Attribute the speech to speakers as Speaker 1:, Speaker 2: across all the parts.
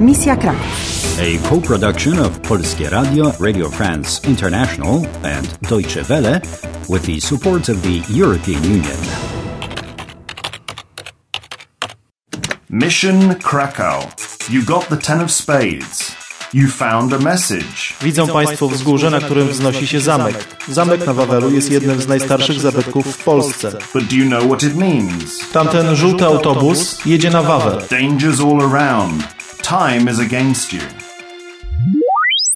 Speaker 1: Misja Kraków.
Speaker 2: A co-production of Polskie Radio, Radio France International and Deutsche Welle with the support of the European Union.
Speaker 3: Mission Krakow. You got the Ten of Spades. You found a message.
Speaker 4: Widzą Państwo wzgórze, na którym wznosi się zamek. Zamek na Wawelu jest jednym z najstarszych zabytków w Polsce.
Speaker 3: But do you know what it means?
Speaker 4: Tamten żółty autobus jedzie na Wawel.
Speaker 3: Dangers all around. Time is against you.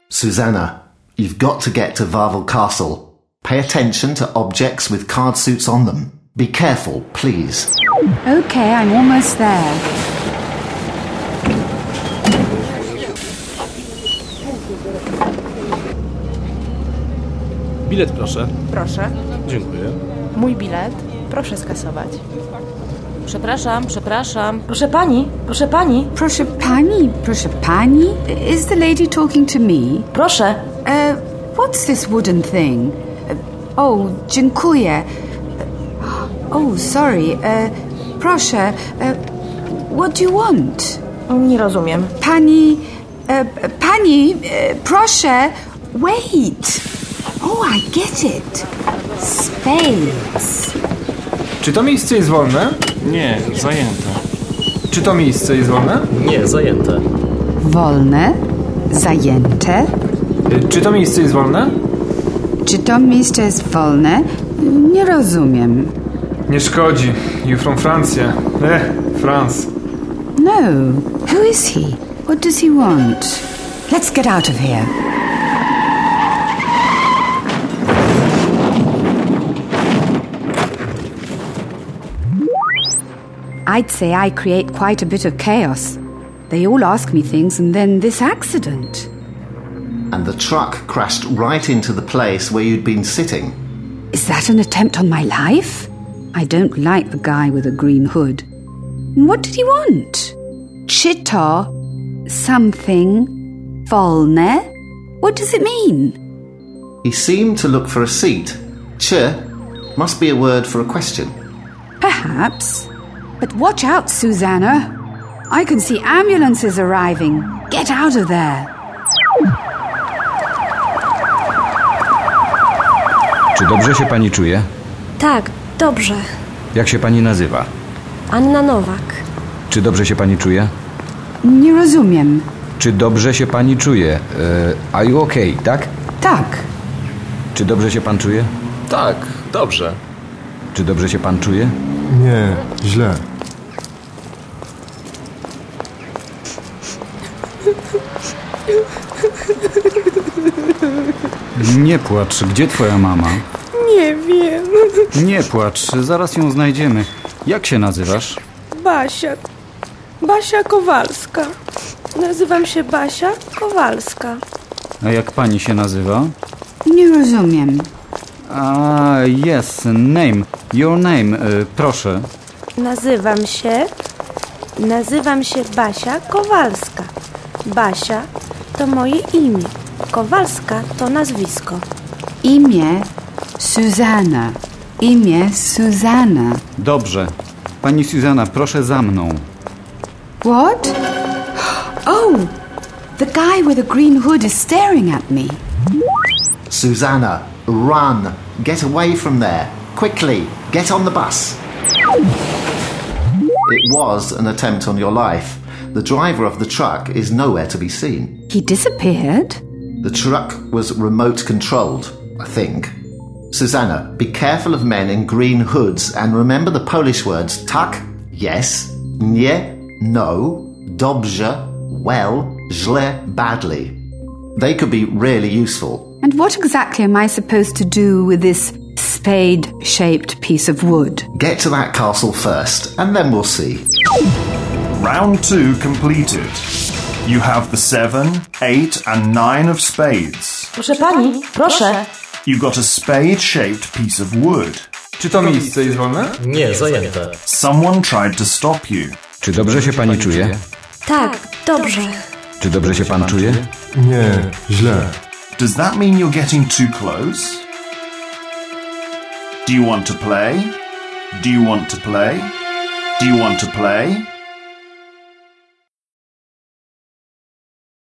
Speaker 5: Susanna, you've got to get to Varvel Castle. Pay attention to objects with card suits on them. Be careful, please.
Speaker 1: Okay, I'm almost there.
Speaker 6: Bilet proszę.
Speaker 7: Proszę.
Speaker 6: Dziękuję.
Speaker 7: Mój bilet. Proszę skasować.
Speaker 8: Przepraszam, przepraszam.
Speaker 7: Proszę pani, proszę pani,
Speaker 1: Proszę pani, proszę pani. Is the lady talking to me?
Speaker 7: proszę.
Speaker 1: Uh, what's this wooden thing? Uh, oh, dziękuję. Uh, oh, sorry. Uh, proszę. Uh, what do you want?
Speaker 7: Nie rozumiem.
Speaker 1: Pani, e, pani, e, proszę, wait. Oh, I get it. Spades.
Speaker 9: Czy to miejsce jest wolne?
Speaker 6: Nie, zajęte.
Speaker 9: Czy to miejsce jest wolne?
Speaker 10: Nie, zajęte.
Speaker 1: Wolne, zajęte.
Speaker 9: Y, Czy to miejsce jest wolne?
Speaker 1: Czy to miejsce jest wolne? Nie rozumiem.
Speaker 9: Nie szkodzi. You from Francia. Eh, France.
Speaker 1: No. Who is he? What does he want? Let's get out of here. I'd say I create quite a bit of chaos. They all ask me things and then this accident.
Speaker 5: And the truck crashed right into the place where you'd been sitting.
Speaker 1: Is that an attempt on my life? I don't like the guy with a green hood. What did he want? Chito, something, volne. What does it mean?
Speaker 5: He seemed to look for a seat. Ch must be a word for a question.
Speaker 1: Perhaps. But watch out, Susanna. I can see ambulances arriving. Get out of there.
Speaker 11: Czy dobrze się pani czuje?
Speaker 8: Tak, dobrze.
Speaker 11: Jak się pani nazywa?
Speaker 8: Anna Nowak.
Speaker 11: Czy dobrze się pani czuje?
Speaker 1: Nie rozumiem.
Speaker 11: Czy dobrze się pani czuje? E, are you okay, tak?
Speaker 1: Tak.
Speaker 11: Czy dobrze się pan czuje?
Speaker 10: Tak, dobrze.
Speaker 11: Czy dobrze się pan czuje?
Speaker 9: Nie, źle.
Speaker 2: Nie płacz, gdzie twoja mama?
Speaker 12: Nie wiem.
Speaker 2: Nie płacz, zaraz ją znajdziemy. Jak się nazywasz?
Speaker 12: Basia. Basia Kowalska. Nazywam się Basia Kowalska.
Speaker 2: A jak pani się nazywa?
Speaker 1: Nie rozumiem.
Speaker 2: A, yes, name. Your name, e, proszę.
Speaker 12: Nazywam się. Nazywam się Basia Kowalska. Basia to moje imię. Kowalska to nazwisko.
Speaker 1: Imię Susanna. Imię Susanna.
Speaker 2: Dobrze. Pani Suzana, proszę za mną.
Speaker 1: What? Oh, the guy with the green hood is staring at me.
Speaker 5: Susanna, run. Get away from there. Quickly. Get on the bus. It was an attempt on your life. The driver of the truck is nowhere to be seen.
Speaker 1: He disappeared?
Speaker 5: The truck was remote controlled, I think. Susanna, be careful of men in green hoods and remember the Polish words tak, yes, nie, no, dobrze, well, źle, badly. They could be really useful.
Speaker 1: And what exactly am I supposed to do with this spade shaped piece of wood?
Speaker 5: Get to that castle first, and then we'll see.
Speaker 3: Round two completed. You have the seven, eight, and nine of spades.
Speaker 7: Proszę pani, proszę.
Speaker 3: You got a spade shaped piece of wood.
Speaker 9: Czy to miejsce jest wolne?
Speaker 10: Nie, zajęte.
Speaker 3: Someone tried to stop you.
Speaker 11: Czy dobrze się pani czuje?
Speaker 8: Tak, dobrze.
Speaker 11: Czy dobrze się pan czuje?
Speaker 9: Nie, źle.
Speaker 3: Does that mean you're getting too close? Do you want to play? Do you want to play? Do you want to play?